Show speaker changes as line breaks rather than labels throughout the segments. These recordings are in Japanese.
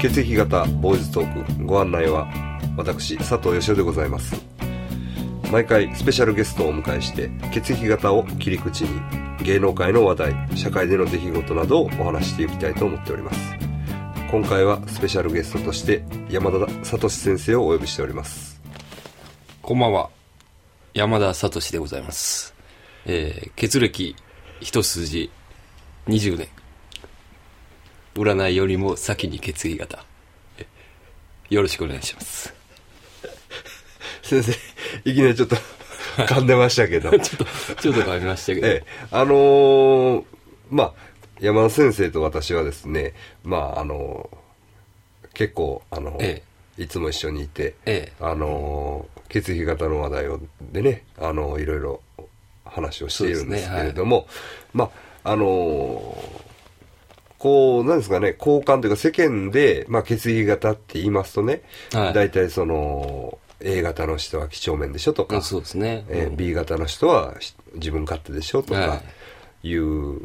血液型ボーイズトークご案内は私佐藤義雄でございます毎回スペシャルゲストをお迎えして血液型を切り口に芸能界の話題社会での出来事などをお話ししていきたいと思っております今回はスペシャルゲストとして山田聡先生をお呼びしております
こんばんは。山田聡でございます。えー、血歴一筋20年。占いよりも先に血液型。えよろしくお願いします。
先生いきなりちょっと噛んでましたけど
ちょっと、ちょっと変わりましたけど。
ええ、あのーまあ、山田先生と私はですね、まあ、あのー結構、あのー
え
いつも一緒にいて、
ええ
あのー血液型の話題をでね、あのーいろいろ話をしているんですけれども、まあ、あのーこう、なんですかね、交換というか世間で、まあ、血液型って言いますとね、
はい
大体その、A 型の人は几帳面でしょと
う
か、
んそうですね。
えー
うん
B 型の人はし自分勝手でしょと
は
かいう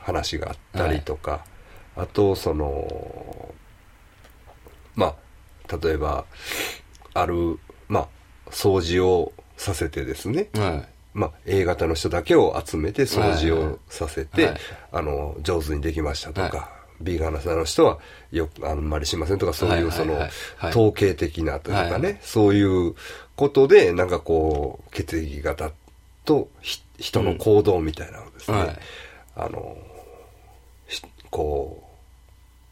話があったりとか、あとそのまあ例えばあるまあ掃除をさせてですね、
は
まあ、A 型の人だけを集めて掃除をさせて、
はいはい
あの上手にできましたとか、
は
B 型の人はよくあんまりしませんとかそういうその、
はいはいはいはい
統計的なというかね、
はいはい
そういうことでなんかこう血液型とひ人の行動みたいなのをですね、
うんはい
あのひこう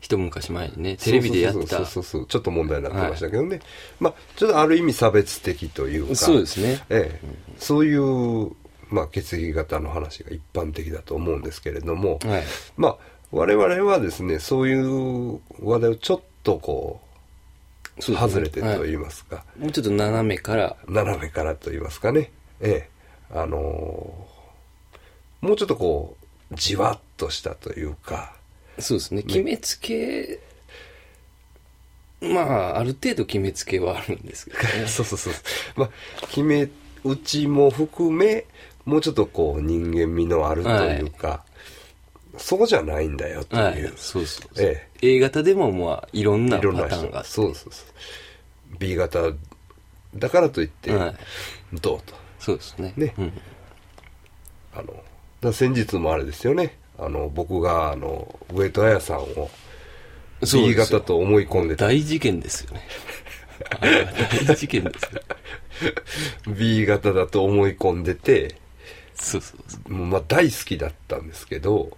一昔前にね、テレビでやった。
そうそうそうそうちょっと問題になってましたけどね、まあちょっとある意味差別的というか
そうですね
ええ、そういう、まあ、血液型の話が一般的だと思うんですけれども、
はい
まあ我々はですねそういう話題をちょっとこう
そうですね
外れてと
は
言
い
いますか、
もうちょっと斜めから、
斜めからと言いますかねええあのーもうちょっとこうじわっとしたというか
そうですね。決めつけ、まあ、ある程度決めつけはあるんですけどね。
そうそうそう。まあ、決め打ちも含め、もうちょっとこう人間味のあるというか、そうじゃないんだよという。
はい、そうそうそう、
え
A 型でもまあいろん
え
ないパ
ろんな
タ
人
ーンがあって
そうそうそう。B 型だからといって、
はい
どうと。
そうですね
ね
うん
あの、だから先日もあれですよね。あの、僕が、あの、上戸彩さんを
そう
B
ですよ
型と思い込んでた。
大事件ですよねあれは大事件ですよ
B 型だと思い込んでて、
そうそうそう
もうまあ大好きだったんですけど、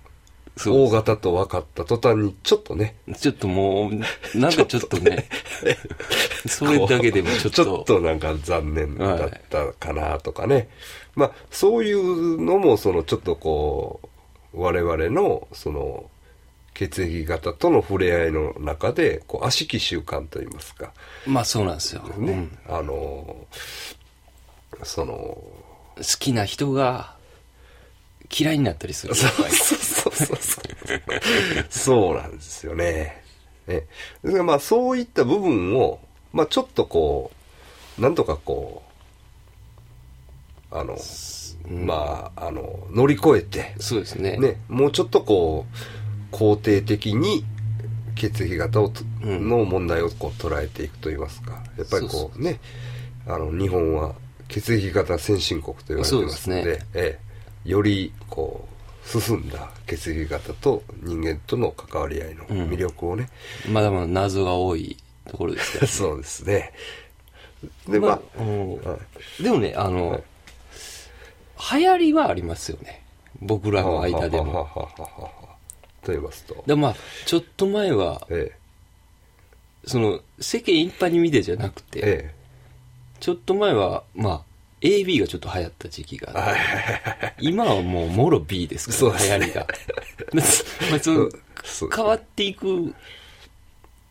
そう
大型と分かった途端にちょっとね、
ちょっともうなんかちょっとねそれだけでもちょっと
ちょっとなんか残念だったかなとかね、まあそういうのもそのちょっとこう我々のその血液型との触れ合いの中でこう悪しき習慣といいますか
まあそうなんですよ、
ね、
うん
あのその
好きな人が嫌いになったりする
そうそうそうそう。 そうなんですよね。ねですからまあそういった部分を、まあちょっとこう、なんとかこう、あの、まあ、あの、乗り越えて、
そうですね
ね、もうちょっとこう、肯定的に血液型をと、
うん
の問題をこう捉えていくといいますか、やっぱり
そう
こうね、あの、日本は血液型先進国と言われてますので、
そうです
ええよりこう、進んだ血液型と人間との関わり合いの魅力 をね、
まだまだ謎が多いところですから
そうですね。で、まあ、
うん
はい
でもね、あの、
はい
流行りはありますよね。僕らの間で
は
も。
はははははと言いますと、
でまあ、ちょっと前は、
ええ
その、世間一般に見てじゃなくて、
え
ちょっと前は、まあ、AB がちょっと流行った時期があって、今はもう、もろ B です
そ
か
う
ら、
ですね
流行りが。まあ、その
そう
変わっていく、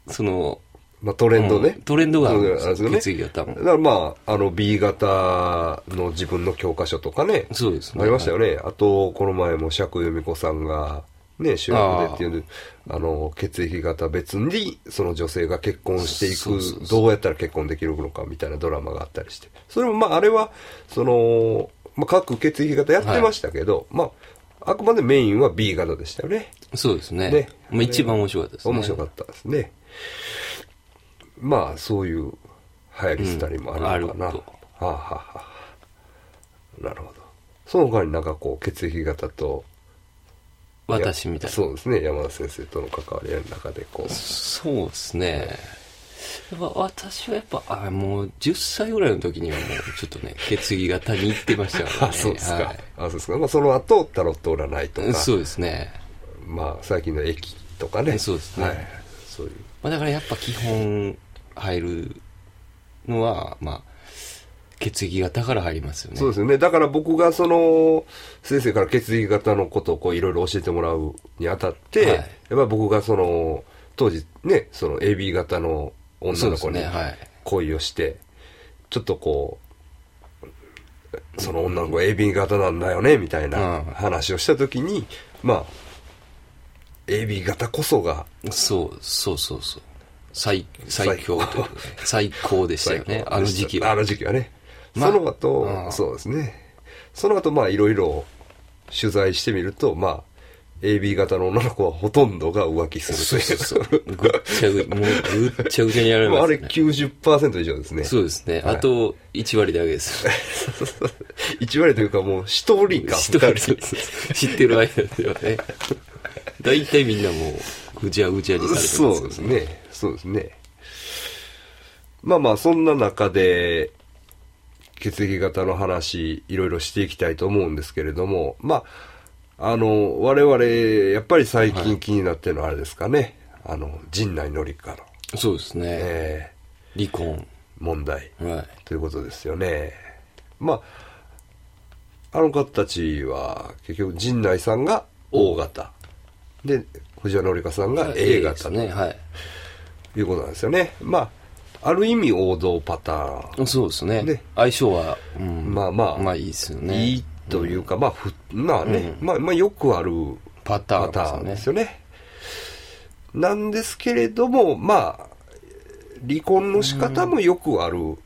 その、
えまあトレンドね。
うんトレンドがあるんですよ
そうです
決
よ
意型も
だからまあ、あの B 型の自分の教科書とかね。
そうですね
ありましたよね。あと、この前も釈由美子さんが、ね、主役でっていうんで、あの、血液型別に、その女性が結婚してい
そうそう
く、
そう
どうやったら結婚できるのかみたいなドラマがあったりして。それもまあ、あれは、その、まあ、各血液型やってましたけど、まあ、あくまでメインは B 型でしたよね。
そうですね。
ね
まあ、一番面白かったですね。
面白かったですね。まあそういう流行りしたりもあるのかな、
うんある
は
と
あ、はあはあ、なるほどその他になんかこう血液型と
私みたいな。
そうですね山田先生との関わりの中で こう
そうですね。やっぱ私はやっぱ、あもう10歳ぐらいの時にはもうちょっとね、 決議型に行ってましたから
あ
ね。
そうですか、
はい
あそうですか、まあ、その後タロット占いと
うん
か
そうですね。
まあ最近の駅とかね
そうですね
はい、そういう
まあだからやっぱ基本入るのは、まあ、決議型から入りますよね。
そうですよね。だから僕がその、先生から血液型のことをこういろいろ教えてもらうにあたって、
はい
やっぱり僕がその、当時ね、その AB 型の女の子に
そうですねはい
恋をして、ちょっとこう、その女の子 AB 型なんだよね、みたいな
うん
話をしたときに、まあ、AB 型こそが、
そう、そうそうそう。最、最強というかね最高でしたよね。あの時期は。
あの時期はね。
まあ
その後、
うん
そうですね。その後、まあ、いろいろ取材してみると、まあ、AB 型の女の子はほとんどが浮気す
そう
るとい
そう
う。
そう。ぐっちゃぐ、もうぐっちゃぐちゃにやられ
まあ、
ま
あれ
す、ね。
90%以上ですね。
そうですね。あと1割だけです。
1割というかもう1人か
一
2
人
人。
知ってる間ではね。大体みんなもう、ぐちゃぐちゃにされてますよ
そうです。ね。そうですね。まあまあ、そんな中で、血液型の話、いろいろしていきたいと思うんですけれども、まあ、あの、我々、やっぱり最近気になってるのはあれですかね。あの、陣内のりかの、
そうですね。
え
離婚。
ー問題
はい。
ということですよね。まあ、あの方たちは、結局、陣内さんが O 型。で、藤原紀香さんが A 型
ですね。はい。
ということなんですよね。まあ、ある意味王道パター
そうですね。
ね
相性は、うん
ン。まあまあ、
まあいいですよね。
いいというか、まあ、ふまあね、まあ、まあ、よくある
パター
パタ
ンですよ
ーン
ね
ですよね。なんですけれども、まあ、離婚の仕方もよくある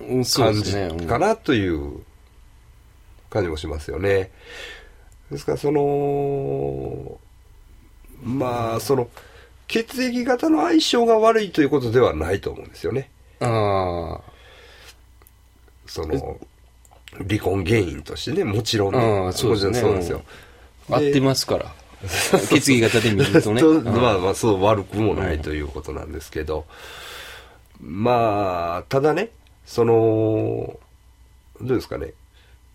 うんそう
感
で
じ
すね。うん
かなという感じもしますよね。ですから、その、まあ、その、血液型の相性が悪いということではないと思うんですよね。
あ
その、離婚原因としてね、もちろん、
あ
も
あ
ち
そう
ろ
です
ん
ね
そうなんですよ。
あ、合ってますから。決議型で見るとね。
と
うん
まあまあ、そう悪くもないということなんですけど、まあ、ただね、その、どうですかね、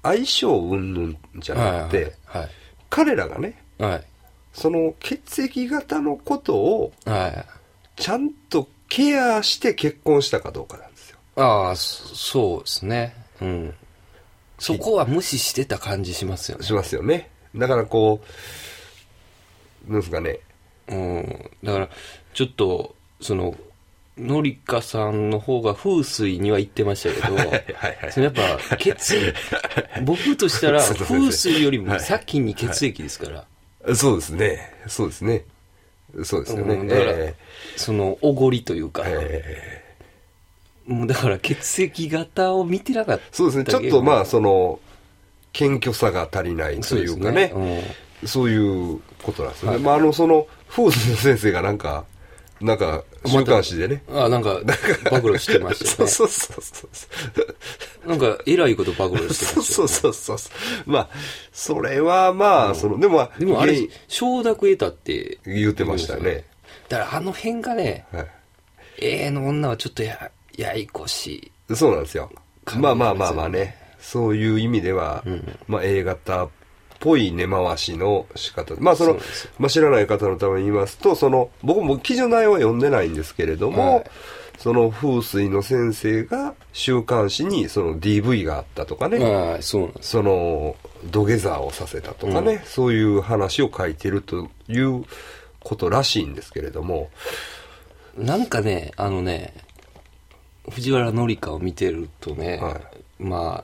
相性云々じゃなくて、
はい
彼らがね、
はい。はい。
その血液型のことを
はい。
ちゃんとケアして結婚したかどうかなんですよ。
ああ、そそうですね。うん。そこは無視してた感じしますよね
し。ますよね。だからこう、なんですかね、
うん。だから、ちょっと、その、のりかさんの方が風水には行ってましたけど、
はいはい
そのやっぱ、血 液、僕としたら
そうそうそう
風水よりも
はい
先に血液ですから、
そうですね。そうですね。そうですよね。
うんだから
え
その、おごりというか
え、ええ
もうだから血液型を見てなかった。
そうですね。ちょっとまあ、その、謙虚さが足りないというかね。
そ
そうう
ですね
いうことなんですよね。
はい
まあ、あの、その、フォースの先生がなんか、なんか、週刊誌でね。
あ、なんか、暴露してまし
そう
たよね。
そうそうそう。
なんか、えらいこと暴露してました
そうそうそうそう。まあ、それはまあ、その、でもまあ、
でもあれ
原、
承諾得たって。
言ってましたよね。
だからあの辺がね、
因はい
A の女はちょっとや、やいこし
そうなんですよ。
感じ
まあまあまあまあね。そういう意味では、まあ A 型っぽい根回しの仕方。まあそ
そう
の
なんですよ、
まあ知らない方のために言いますと、その、僕も記事の内容は読んでないんですけれども、
はい
その風水の先生が週刊誌にその DV があったとかね、
い。まあ、そうなんです。
その土下座をさせたとかね、そういう話を書いてるということらしいんですけれども、
なんかね、あのね、藤原紀香を見てるとね、
は
まあ、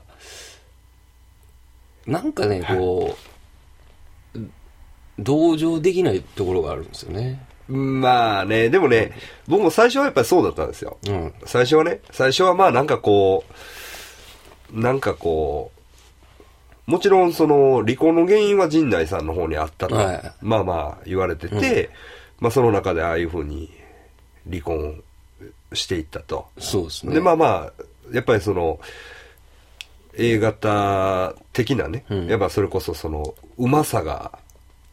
なんかね、こう、同情できないところがあるんですよね。
まあね、でもね、僕も最初はやっぱりそうだったんですよ。
うん。
最初はね、最初はまあなんかこう、なんかこう、もちろんその離婚の原因は陣内さんの方にあったと、
はい
まあまあ言われてて、まあその中でああいうふうに、離婚していったと。
そうですね。
で、まあまあ、やっぱりその、A 型的なね、
うん
やっぱそれこそその、うまさが、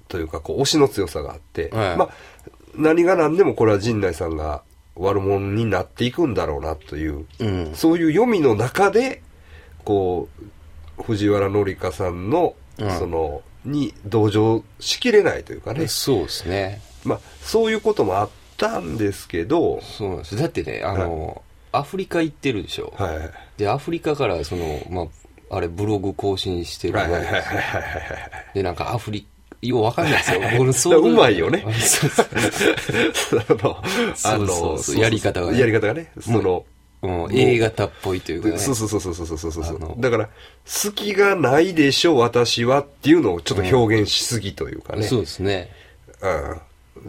というか、こう、推しの強さがあって、
はい
まあ、何が何でもこれは陣内さんが悪者になっていくんだろうなという、
うん。
そういう読みの中で、こう、藤原紀香さんの、
うん
その、に同情しきれないというかね、
そうですね。
まあ、そういうこともあったんですけど、
そうなんです。だってね、あの、アフリカ行ってるでしょ。
はい。
で、アフリカから、その、まあ、あれ、ブログ更新してるわ
はいはい
け
はい
です
はいはい
で、なんかアフリようわかんないですよ。この
だからうまいよね
そうそう
あの、あ
そうそう
の、
そうやり方がね
やり方がね、その、
もう A 型っぽいというかね。
そうそうそうそうそうそうそうそ
あの
う。だから、隙がないでしょ、私はっていうのをちょっと表現しすぎというかね。
そうですね。
う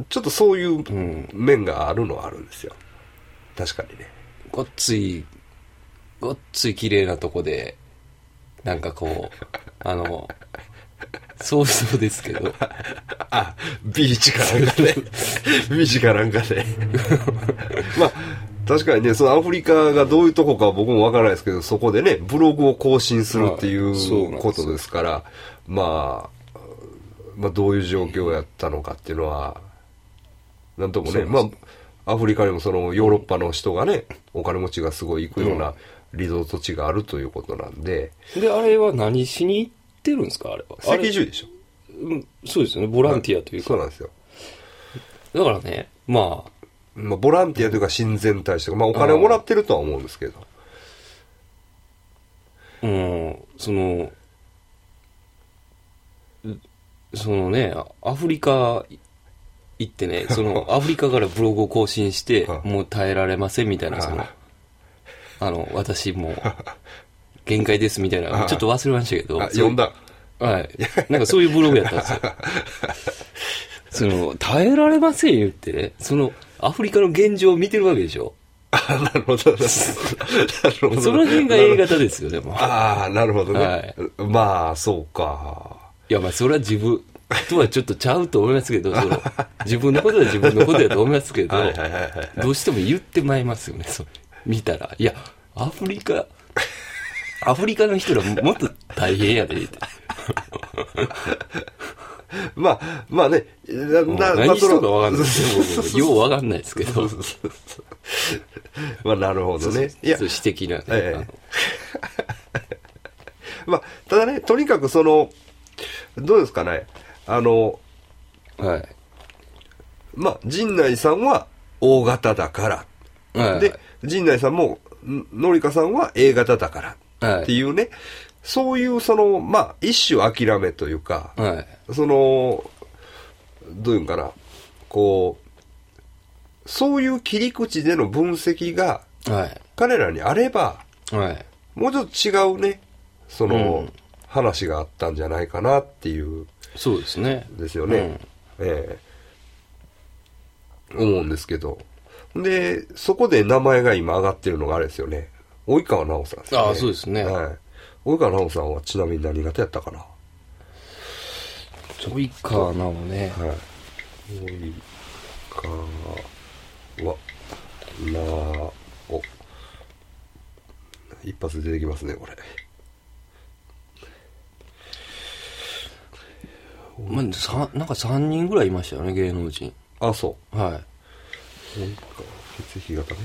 ん。ちょっとそういう
うん
面があるのはあるんですよ。確かにね。
ごっつい、ごっつい綺麗なとこで、なんかこう、あの、そうそうですけど、
あ、 ビーチかなん かね。ビーチかなんかね。まあ、確かにね、そのアフリカがどういうとこかは僕もわからないですけど、そこでね、ブログを更新するってい
はいそ
う
うなんです
ことですから、まあ、まあ、どういう状況やったのかっていうのは、なんともね、
そうな
ま
んで
あ、アフリカにもそのヨーロッパの人がね、お金持ちがすごい行くようなリゾート地があるということなんで、
で、あれは何しに行ってるんですかあれは。
赤十字でしょ
あれうんそうですよね。ボランティアというか。
そうなんですよ。
だからね、まあ、
まあ、ボランティアというか親善大使とか、まあ、お金をもらってるとは思うんですけど。
うん、その、うそのね、アフリカ行っ てね、そのアフリカからブログを更新して
は、い
もう耐えられませんみたいな、その
はい、
あの、私もう、限界ですみたいな、
い
ちょっと忘れましたけど、
あ、
そう
読んだ。
はい。なんかそういうブログやったん ですよ。その、耐えられませんよってね、その、アフリカの現状を見てるわけでしょ。
あ、なる ほど。なるほど。
その辺が A 型ですよね、もう。
ああ、なるほどね。
はい
まあ、そうか。
いや、まあ、それは自分とはちょっとちゃうと思いますけど、その自分のことは自分のことやと思いますけど、
はいはいはいはい。
どうしても言ってまいりますよね、そう見たら。いや、アフリカ、アフリカの人らもっと大変や で、って
まあ、まあね。ななまあ
何し
そ
と
の
るかわかんないです
そう
よ
そう
僕
そう
ようわかんないですけど、そう
まあ、なるほどね。いや、
私的なね、
ええ
あの
まあ、ただね、とにかくその、どうですかね。あの、
はい。
まあ、陣内さんは大型だから。
はい
で、陣内さんも、んのりかさんは A 型だから。っていうね、そういうその、まあ、一種諦めというか、
はい。
その、どういうんかな、こう、そういう切り口での分析が
はい。
彼らにあれば、
はい。
もうちょっと違うね、その、
うん
話があったんじゃないかなっていう、
そうですね。
ですよね。ええ思うんですけど。で、そこで名前が今上がってるのがあれですよね。及川直さんですよね。
ああそうですね
はい。及川直さんはちなみに何型やったかな。は
うん。トイカーなもね、
い。及川直。一発で出てきますね、これ。
まあ、さなんか3人ぐらいいましたよね、芸能人。
あ、そう。
はい。
及川血液型ね。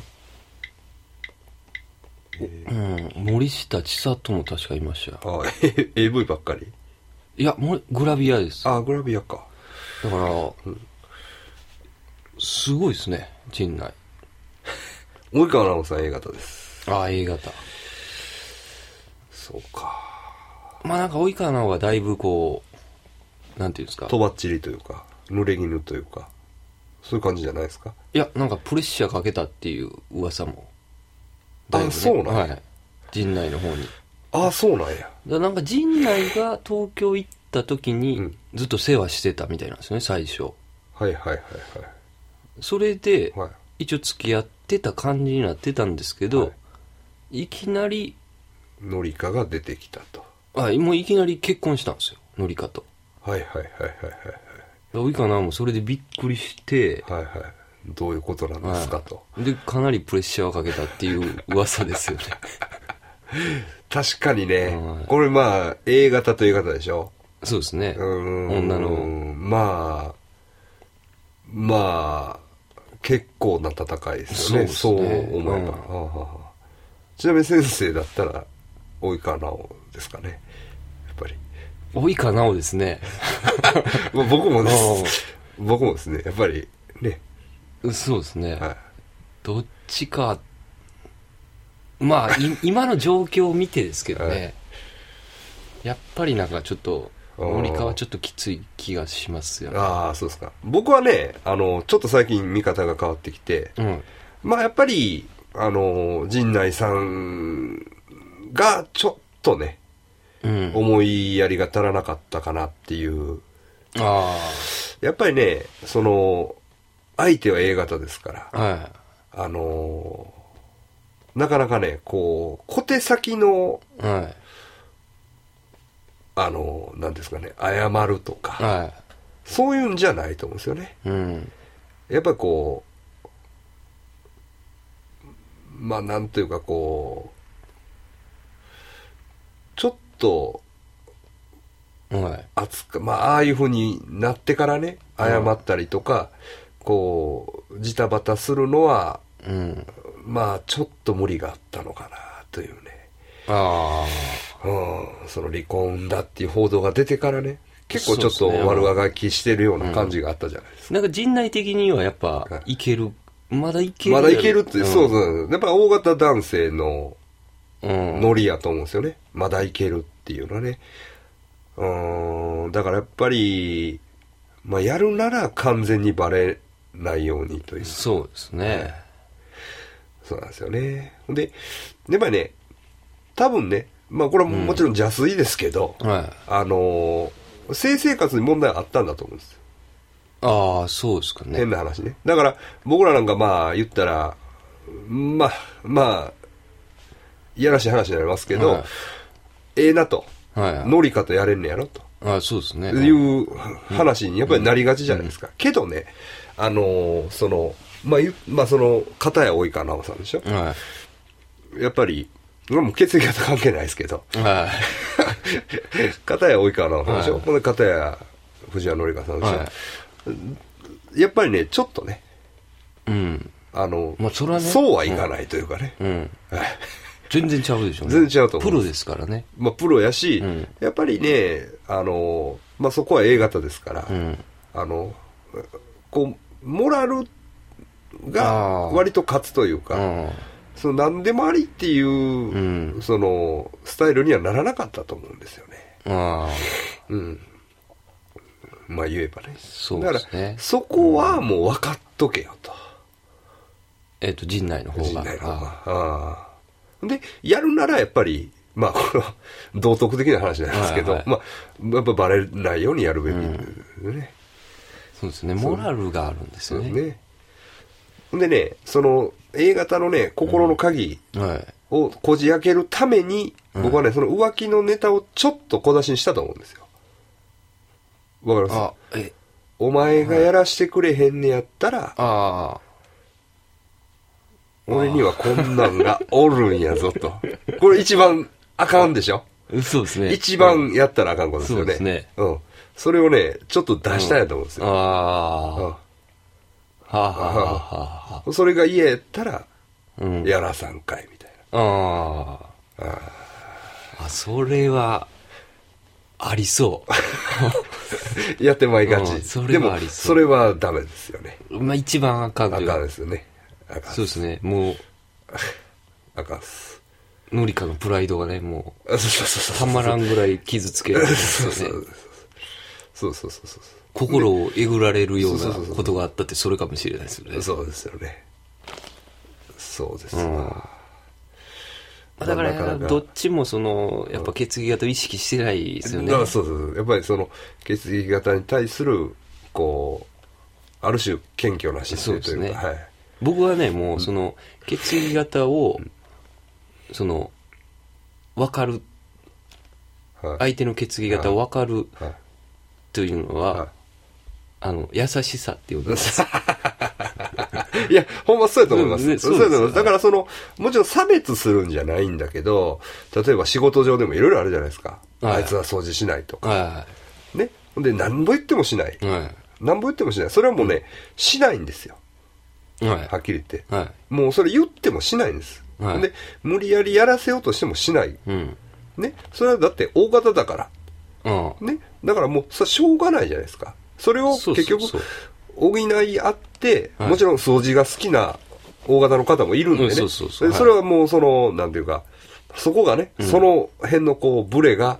うん、森下千里も確かいましたよ
あ、A- AV ばっかり。
いや、もうグラビアです。だか
あ、グラビアか。
ら、すごいですね、陣内。
及川直さん A 型です。
ああ、A 型。
そうか。
まあなんか、及川直はだいぶこう、なんていうんですか。
とばっちりというか、濡れ衣というか、そういう感じじゃないですか。
いや、なんかプレッシャーかけたっていう噂も。
あ
だいぶね
そうなんや
はい。陣内の方に。だか
ああ、そうなんや。
らなんか、陣内が東京行った時
う
に
ん、
ずっと世話してたみたいなんですよね、最初。
はいはいはい
それで、
はい。はい。
一応付き合ってた感じになってたんですけど、、
はい
きなり、
のりかが出てきたと。
あ、もういきなり結婚したんですよ、のりかと。
はいはいはいはい
及川奈緒もそれでびっくりして、
はい。はいはい。どういうことなんですかと。
で、かなりプレッシャーをかけたって いう噂ですよね。
確かにね
はい、
これまあ、A 型という型でしょ。
そうですね。
うーん
女の。
まあ、まあ、結構な戦いですよね。そ
そううですね
思えば、
うん
はあはあはあちなみに先生だったら、及川直ですかね。やっ ぱり。
及川奈緒ですね。
まあ僕もです。僕もですね、やっぱり、ね。
そうですね。
はい。
どっちか、まあ、い今の状況を見てですけど
は
ね、やっぱりなんかちょっと、
あー
森川はちょっときつい気がしますよね。
ああ、そうですか。僕はね、あの、ちょっと最近見方が変わってきて、
うん。
まあやっぱり、あの、陣内さんがちょっとね、
うん。
思いやりが足らなかったかなっていう。
あ
やっぱりね、その、相手は A 型ですから
あ、、は
あの、なかなかね、こう、小手先の、
い。はい。
あの、なんですかね、謝るとか、
は
そういうんじゃないと思うんですよね。
い。うん。
やっぱりこう、まあなんというかこう、ちょっと
はい。
熱く、まあああいう風になってからね、謝ったりとか、こう、ジタバタするのは、
うん。
まあちょっと無理があったのかなというね。
あ
うん、その離婚だっていう報道が出てからね、結構ちょっ
そ
と
うですね
悪あがきしてるような感じがあったじゃないですか。
あ。なんか陣内的にはやっぱ
は、い
いける。まだいける。
まだいけるって、
ん
そうそう。やっぱ大型男性の
うん。
ノリやと思うんですよね。まだいけるっていうのはね。うーん、だからやっぱり、まあ、やるなら完全にバレないようにという。
そうですね。
そうなんですよね。ほんで、やっぱりね、多分ね、まあこれはもちろん邪推ですけど、
はい。
あのー性生活に問題あったんだと思うんですよ。
ああ、そうですかね
変。な話ね。だから、僕らなんかまあ言ったら、まあ、まあ、いやらしい話になりますけど、
はい
ええなと。
はい。
ノリカとやれんねやろと
ああ、そうですね。
いう話にやっぱりなりがちじゃないですか。けどね、あのーその、まあ、ゆまあ、その、片や多いかなおさんでしょ
は
やっぱり、もう血液型関係ないですけ ど、
い。はい。
片や及川直さんでしょ、
はい
ほんで片や藤原紀香さんでしょ、
は
やっぱりね、ちょっとね、
うん。
あの、
まあそれはね
そうはいかないというかね、
うん。
はい
全然ちゃうでしょうね。
全然違うと思う
プロですからね。
まあ、プロやし、
うん
やっぱりね、あの、まあ、そこは A 型ですから、
うん。
あの、こう、モラルが
あー
割と勝つという
う
か、
ん。
その何でもありっていう、
ん
その、スタイルにはならなかったと思うんですよね。
ああ。
うん。まあ言えばね。
そうです
だ
ね
から、そこはもう分かっとけよと。
えっと、陣内の方
陣
が。
内の方
あ
が。ああで、やるならやっぱり、まあこれは道徳的な話なんですけど、
はいはい
まあ、やっぱバレないようにやるべきですよね。
そうですね。モラルがあるんです
そう
よ
です
ね。
ね。ほんでね、その A 型のね、心の鍵
はい。
をこじ開けるために、僕はね、その浮気のネタをちょっと小出しにしたと思うんですよ。わかります
あ、え、
お前がやらしてくれへんねやったら、
あ
俺にはこんなんがおるんやぞ と。これ一番あかんでしょ
あ。そうですね。
一番やったらあかんことですよね。
そうですね
うん。それをね、ちょっと出したんやと思うんです
あ
よ。
あ。はあはあはあはあ。
うんそれが嫌やったら、
うん。
やらさんかい、みたい
ああ。あ、それは、ありそ
な。 やってまいがち。
うんそ
で
れは
も
ありそう、
それはダメですよね。
う。まあ、一番あかん
あ
という
かん
か。
ですよね。あかん
そうですね。もう、
あかんっす。
ノリカのプライドがね、も
あそうそうそう
う、
そ
た
う。
まらんぐらい傷つけられてます
そ
よ
う
ね。
そうそうそうそうそう。
心をえぐられるよう
そ
な
うそうそうそう
ことがあったってそれかもしれないですよね。
そうですよね。そうです
うん
わ
まあだか
なかな
ら、
か
どっちもその、やっぱ血液型を意識してないですよね
だか。らそうそうそう。やっぱりその、血液型に対する、こう、ある種謙虚な姿勢というか、
そう
はい。
僕はね、もうその、血液型を、その、わかる、
はい。
相手の血液型をわかる
はい。
というの
はい
は、あの、優しさって呼んでます。
いや、ほんまそうやと思います。
うんね
そう
そう
や
で
と
すよ
思います。だからその、もちろん差別するんじゃないんだけど、例えば仕事上でもいろいろあるじゃないですか。
はい
あいつは掃除しないとか。
は
ね。ほんで、何ぼ言ってもしない
い。。は
何ぼ言ってもしない。それはもうね、しないんですよ。
い。はい。
はっきり言って。
はい。
もうそれ言ってもしないんです。
はい
ほんで、無理やりやらせようとしてもしない。
うん。
ね。それはだって大型だから。
うん。
ね、だからもうさしょうがないじゃないですかそれを
そうそう
結局
そう
補い合って
はい
もちろん掃除が好きな大型の方もいるんでね、
うんそうそうそう
で
はい
れはもうそのなんていうかそこがね、その辺のこうブレが、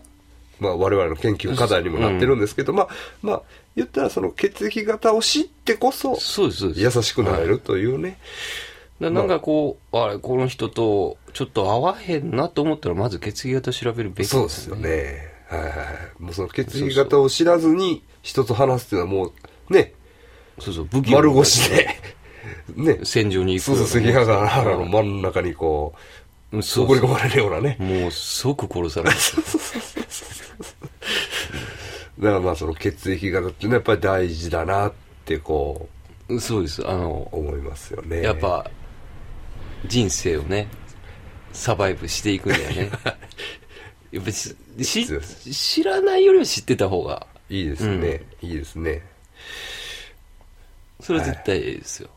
まあ、我々の研究課題にもなってるんですけど、まあまあ言ったらその血液型を知ってこそ
そうです、そうです。
優しくなれるというね、
だなんかこう、あれ、この人とちょっと合わへんなと思ったら、まず血液型調べるべき
そうですよ。ね。はいはいはい。もうその血液
そう
型を知らずに人と話すっていうのはもうね、
そうそう、武器を
丸腰で、ね、
戦場に行く
そう
よ
そう
な、
関ヶ原の真ん中にこ
う
う、
んそう
送り
そう
込まれるようなね。
もう即殺される。
だからまあその血液型っていうのはやっぱり大事だなってこ
そうです。あの
う、、思いますよね。
やっ。ぱ、人生をね、サバイブしていくんだよ ね。やっぱしし
そうで
知らないよりは知ってた方が、
いいですね。いいですね。
それは絶対ですよ。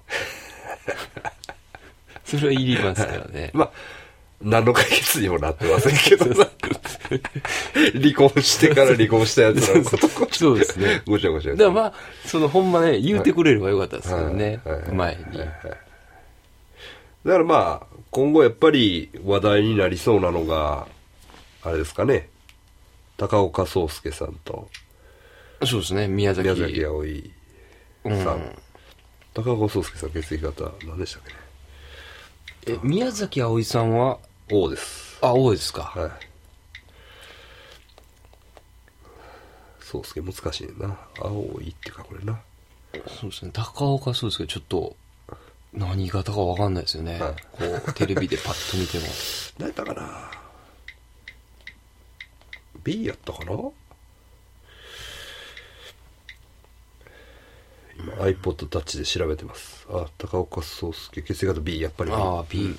それはいりますからね。
まあ、何の解決にもなってませんけどな。離婚してから離婚したやつらのことこ
そうですね。
ごちゃごちゃ。
だからまあ、そのほんまね、言うてくれればよかったですけどね
はいはい、
前に。
だからまあ、今後やっぱり話題になりそうなのが、あれですかね。高岡壮介さんと
そうですね、宮崎。
宮崎葵さん。高岡壮介さん血液型何でしたっけね。
え、宮崎葵さんは、
O です。
あ、多いですか。
はい。壮介難しいな。青いって書くねんな。
そうですね、高岡そうですけど、ちょっと、何型かわかんないですよね。
はい
こう、テレビでパッと見ても。
何やったかな B やったかな今 iPod タッチで調べてますあ高岡壮介血液型 B やっぱり
ああ、B。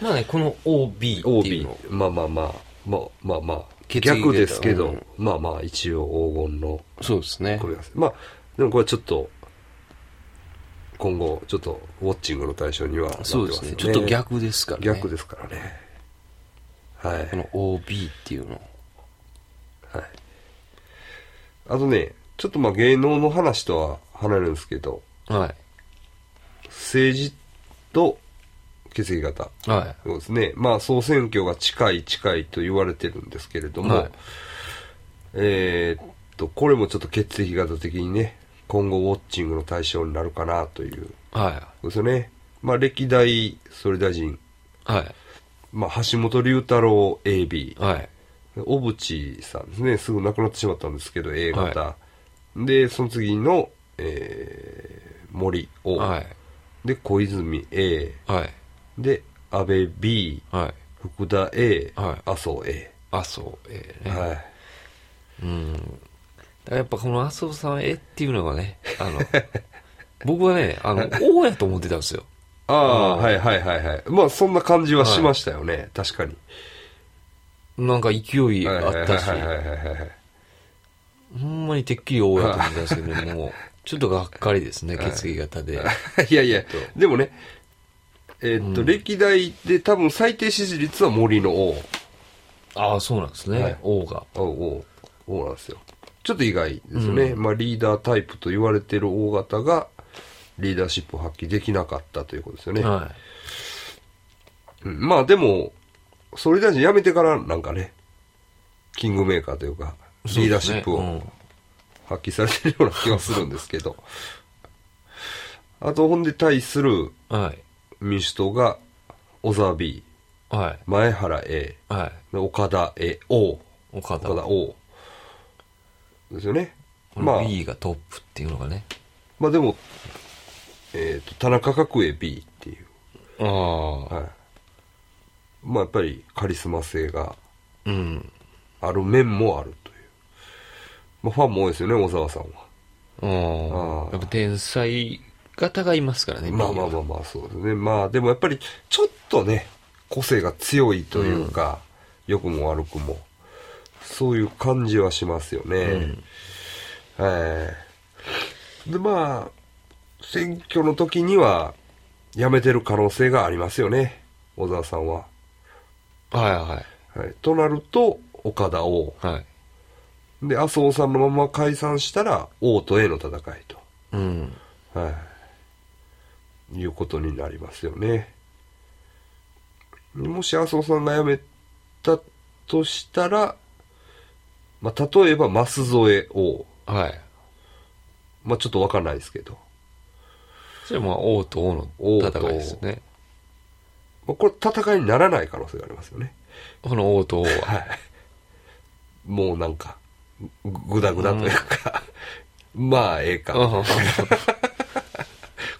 まあね、この OB ってい
OB
うのを。
まあまあまあまあまあまあ
血液型
逆ですけど、
うん
まあまあ一応黄金の
そうですね
組。み合わせまあでもこれちょっと今後ちょっとウォッチングの対象にはなってます
そ
よ
う
ね
ですね。ちょっと逆ですからね。
逆ですからねはい
この OB っていうの。
はい。あとね、ちょっとまあ芸能の話とは離れるんですけど、
はい。
政治と血液型。
は
そうですね。まあ総選挙が近い近いと言われてるんですけれども、
はい
えーっと、これもちょっと血液型的にね、今後ウォッチングの対象になるかなという。
い。は
そうですよね。まあ歴代総理大臣、
い。はい。
まあ橋本龍太郎 AB。
はい。
小渕さんですね、すぐ亡くなってしまったんですけど、A 型。
は
で、その次の、えー森 O、
はい。
で、小泉 A、
はい。
で、安倍 B、
はい。
福田 A、
はい
麻生 A。
麻生、ええね。
はい。
うん。だからやっぱこの麻生さん、えっていうのがね、あ の、僕はね、あ の、O やと思ってたんですよ。
ああ、はいはいはいはい。まあ、そんな感じはしましたよね、確かに。
なんか勢いあったし
は、いはいはいはいはい。
ほんまにてっきり O やと思ってたんですけど、もう、ちょっとがっかりですね、血液型で。
い やいや、でもね、えーっと、歴代で多分最低支持率は森の O。
ああ、そうなんです
は
ね
い、
O が。
おうおうおうなんですよちょっと意外ですよね、まあ、リーダータイプと言われてる大型がリーダーシップを発揮できなかったということですよね、
は
うんまあでも総理大臣辞めてからなんかねキングメーカーというか
い。
リーダーシップ
そう
を発揮されてるような気がするんですけど、あとほんで対する
ですねうんはい。
民主党が小沢 B
はい。
前原 A
はい。
で岡田 A O
岡田。
岡田 O ですよね
この B がトップっていうのがね。
まあでも、えっ、と、田中角栄 B っていう。
ああ。
はい。まあやっぱりカリスマ性が
うん。
ある面もあるという。まあファンも多いですよね、小沢さんは。
うん。
ああ
やっぱ天才方がいますからね。
まあまあまあまあ、そうですね。まあ、でもやっぱり、ちょっとね、個性が強いというか、良、くも悪くも、そういう感じはしますよね。
うん
はい。で、まあ、選挙の時には、辞めてる可能性がありますよね。小沢さんは。
はいは
はい。となると、岡田王。
い。はい。
で、麻生さんのまま解散したら、王と A の戦いと。
うん。
はい、いうことになりますよね。もし麻生さんが辞めたとしたら、まあ、例えば舛添王。
はい。
まあ、ちょっとわかんないですけど。
それはまあ、王と王の戦いですね。
まあ、これ戦いにならない可能性がありますよね。
この王と王は。
はい。もうなんか、ぐぐだぐだというか、 まあ、ええか。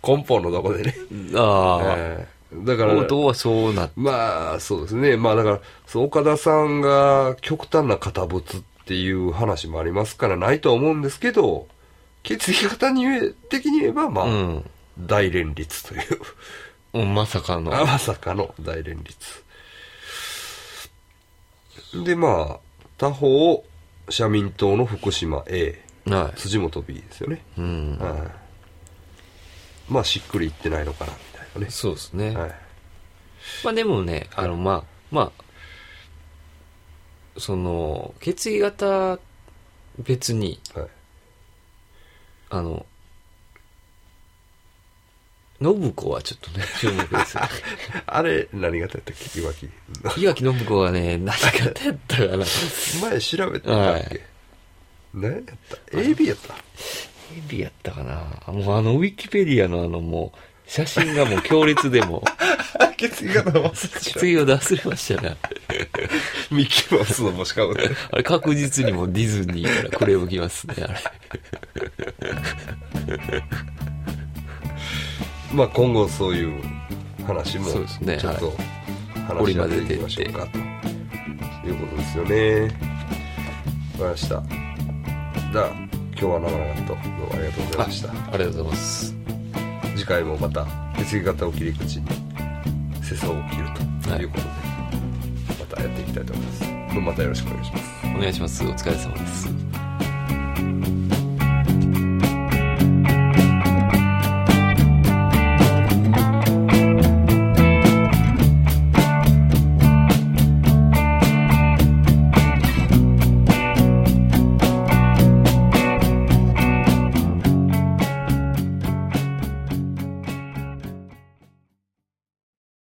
根本のとこでね。
あ あ。
はいだから、
王と王はそうなっ
まあ、そうですね。まあだから、そう岡田さんが極端な堅物っていう話もありますからないとは思うんですけど、決議型に言え的に言えば、まあ、
うん。
大連立という、
うんまさかの。
あまさかの大連立。で、まあ、他方、社民党の福島 A、
は
辻元 B ですよね。
い。うん。
はいまあ、しっくりいってないのかな、みたいなね。
そうですね。
はい
まあでもね、あの、まあ、まあ、その、決意型、別に、
はい
あの、信子はちょっと ね、注目です。
あれ、何型やったっけいわき。
岩木信子はね、何かやったかな。
前調べてたっ
はい
け何やった ?AB やった
ヘビやったかな。もうあの、ウィキペディアのあの、もう、写真がもう強烈で も、
血液型忘
決意を出せましたね。
ミッキーマウスのもしかもね。
あれ確実にもうディズニーからクレームきますね、あれ。
まあ今後そういう話も、ち
そ
ょ
うですね
っと話
織
し
り
合って
交ぜ
いき
ていって
ましょうかということですよね。わかりました。じゃあ今日は長々とどうもありがとうございました。
ありがとうございます。
次回もまた血液型を切り口に世相を切るということで、またやっていきたいと思います。またよろしくお願いします。
お願いします。お疲れ様です。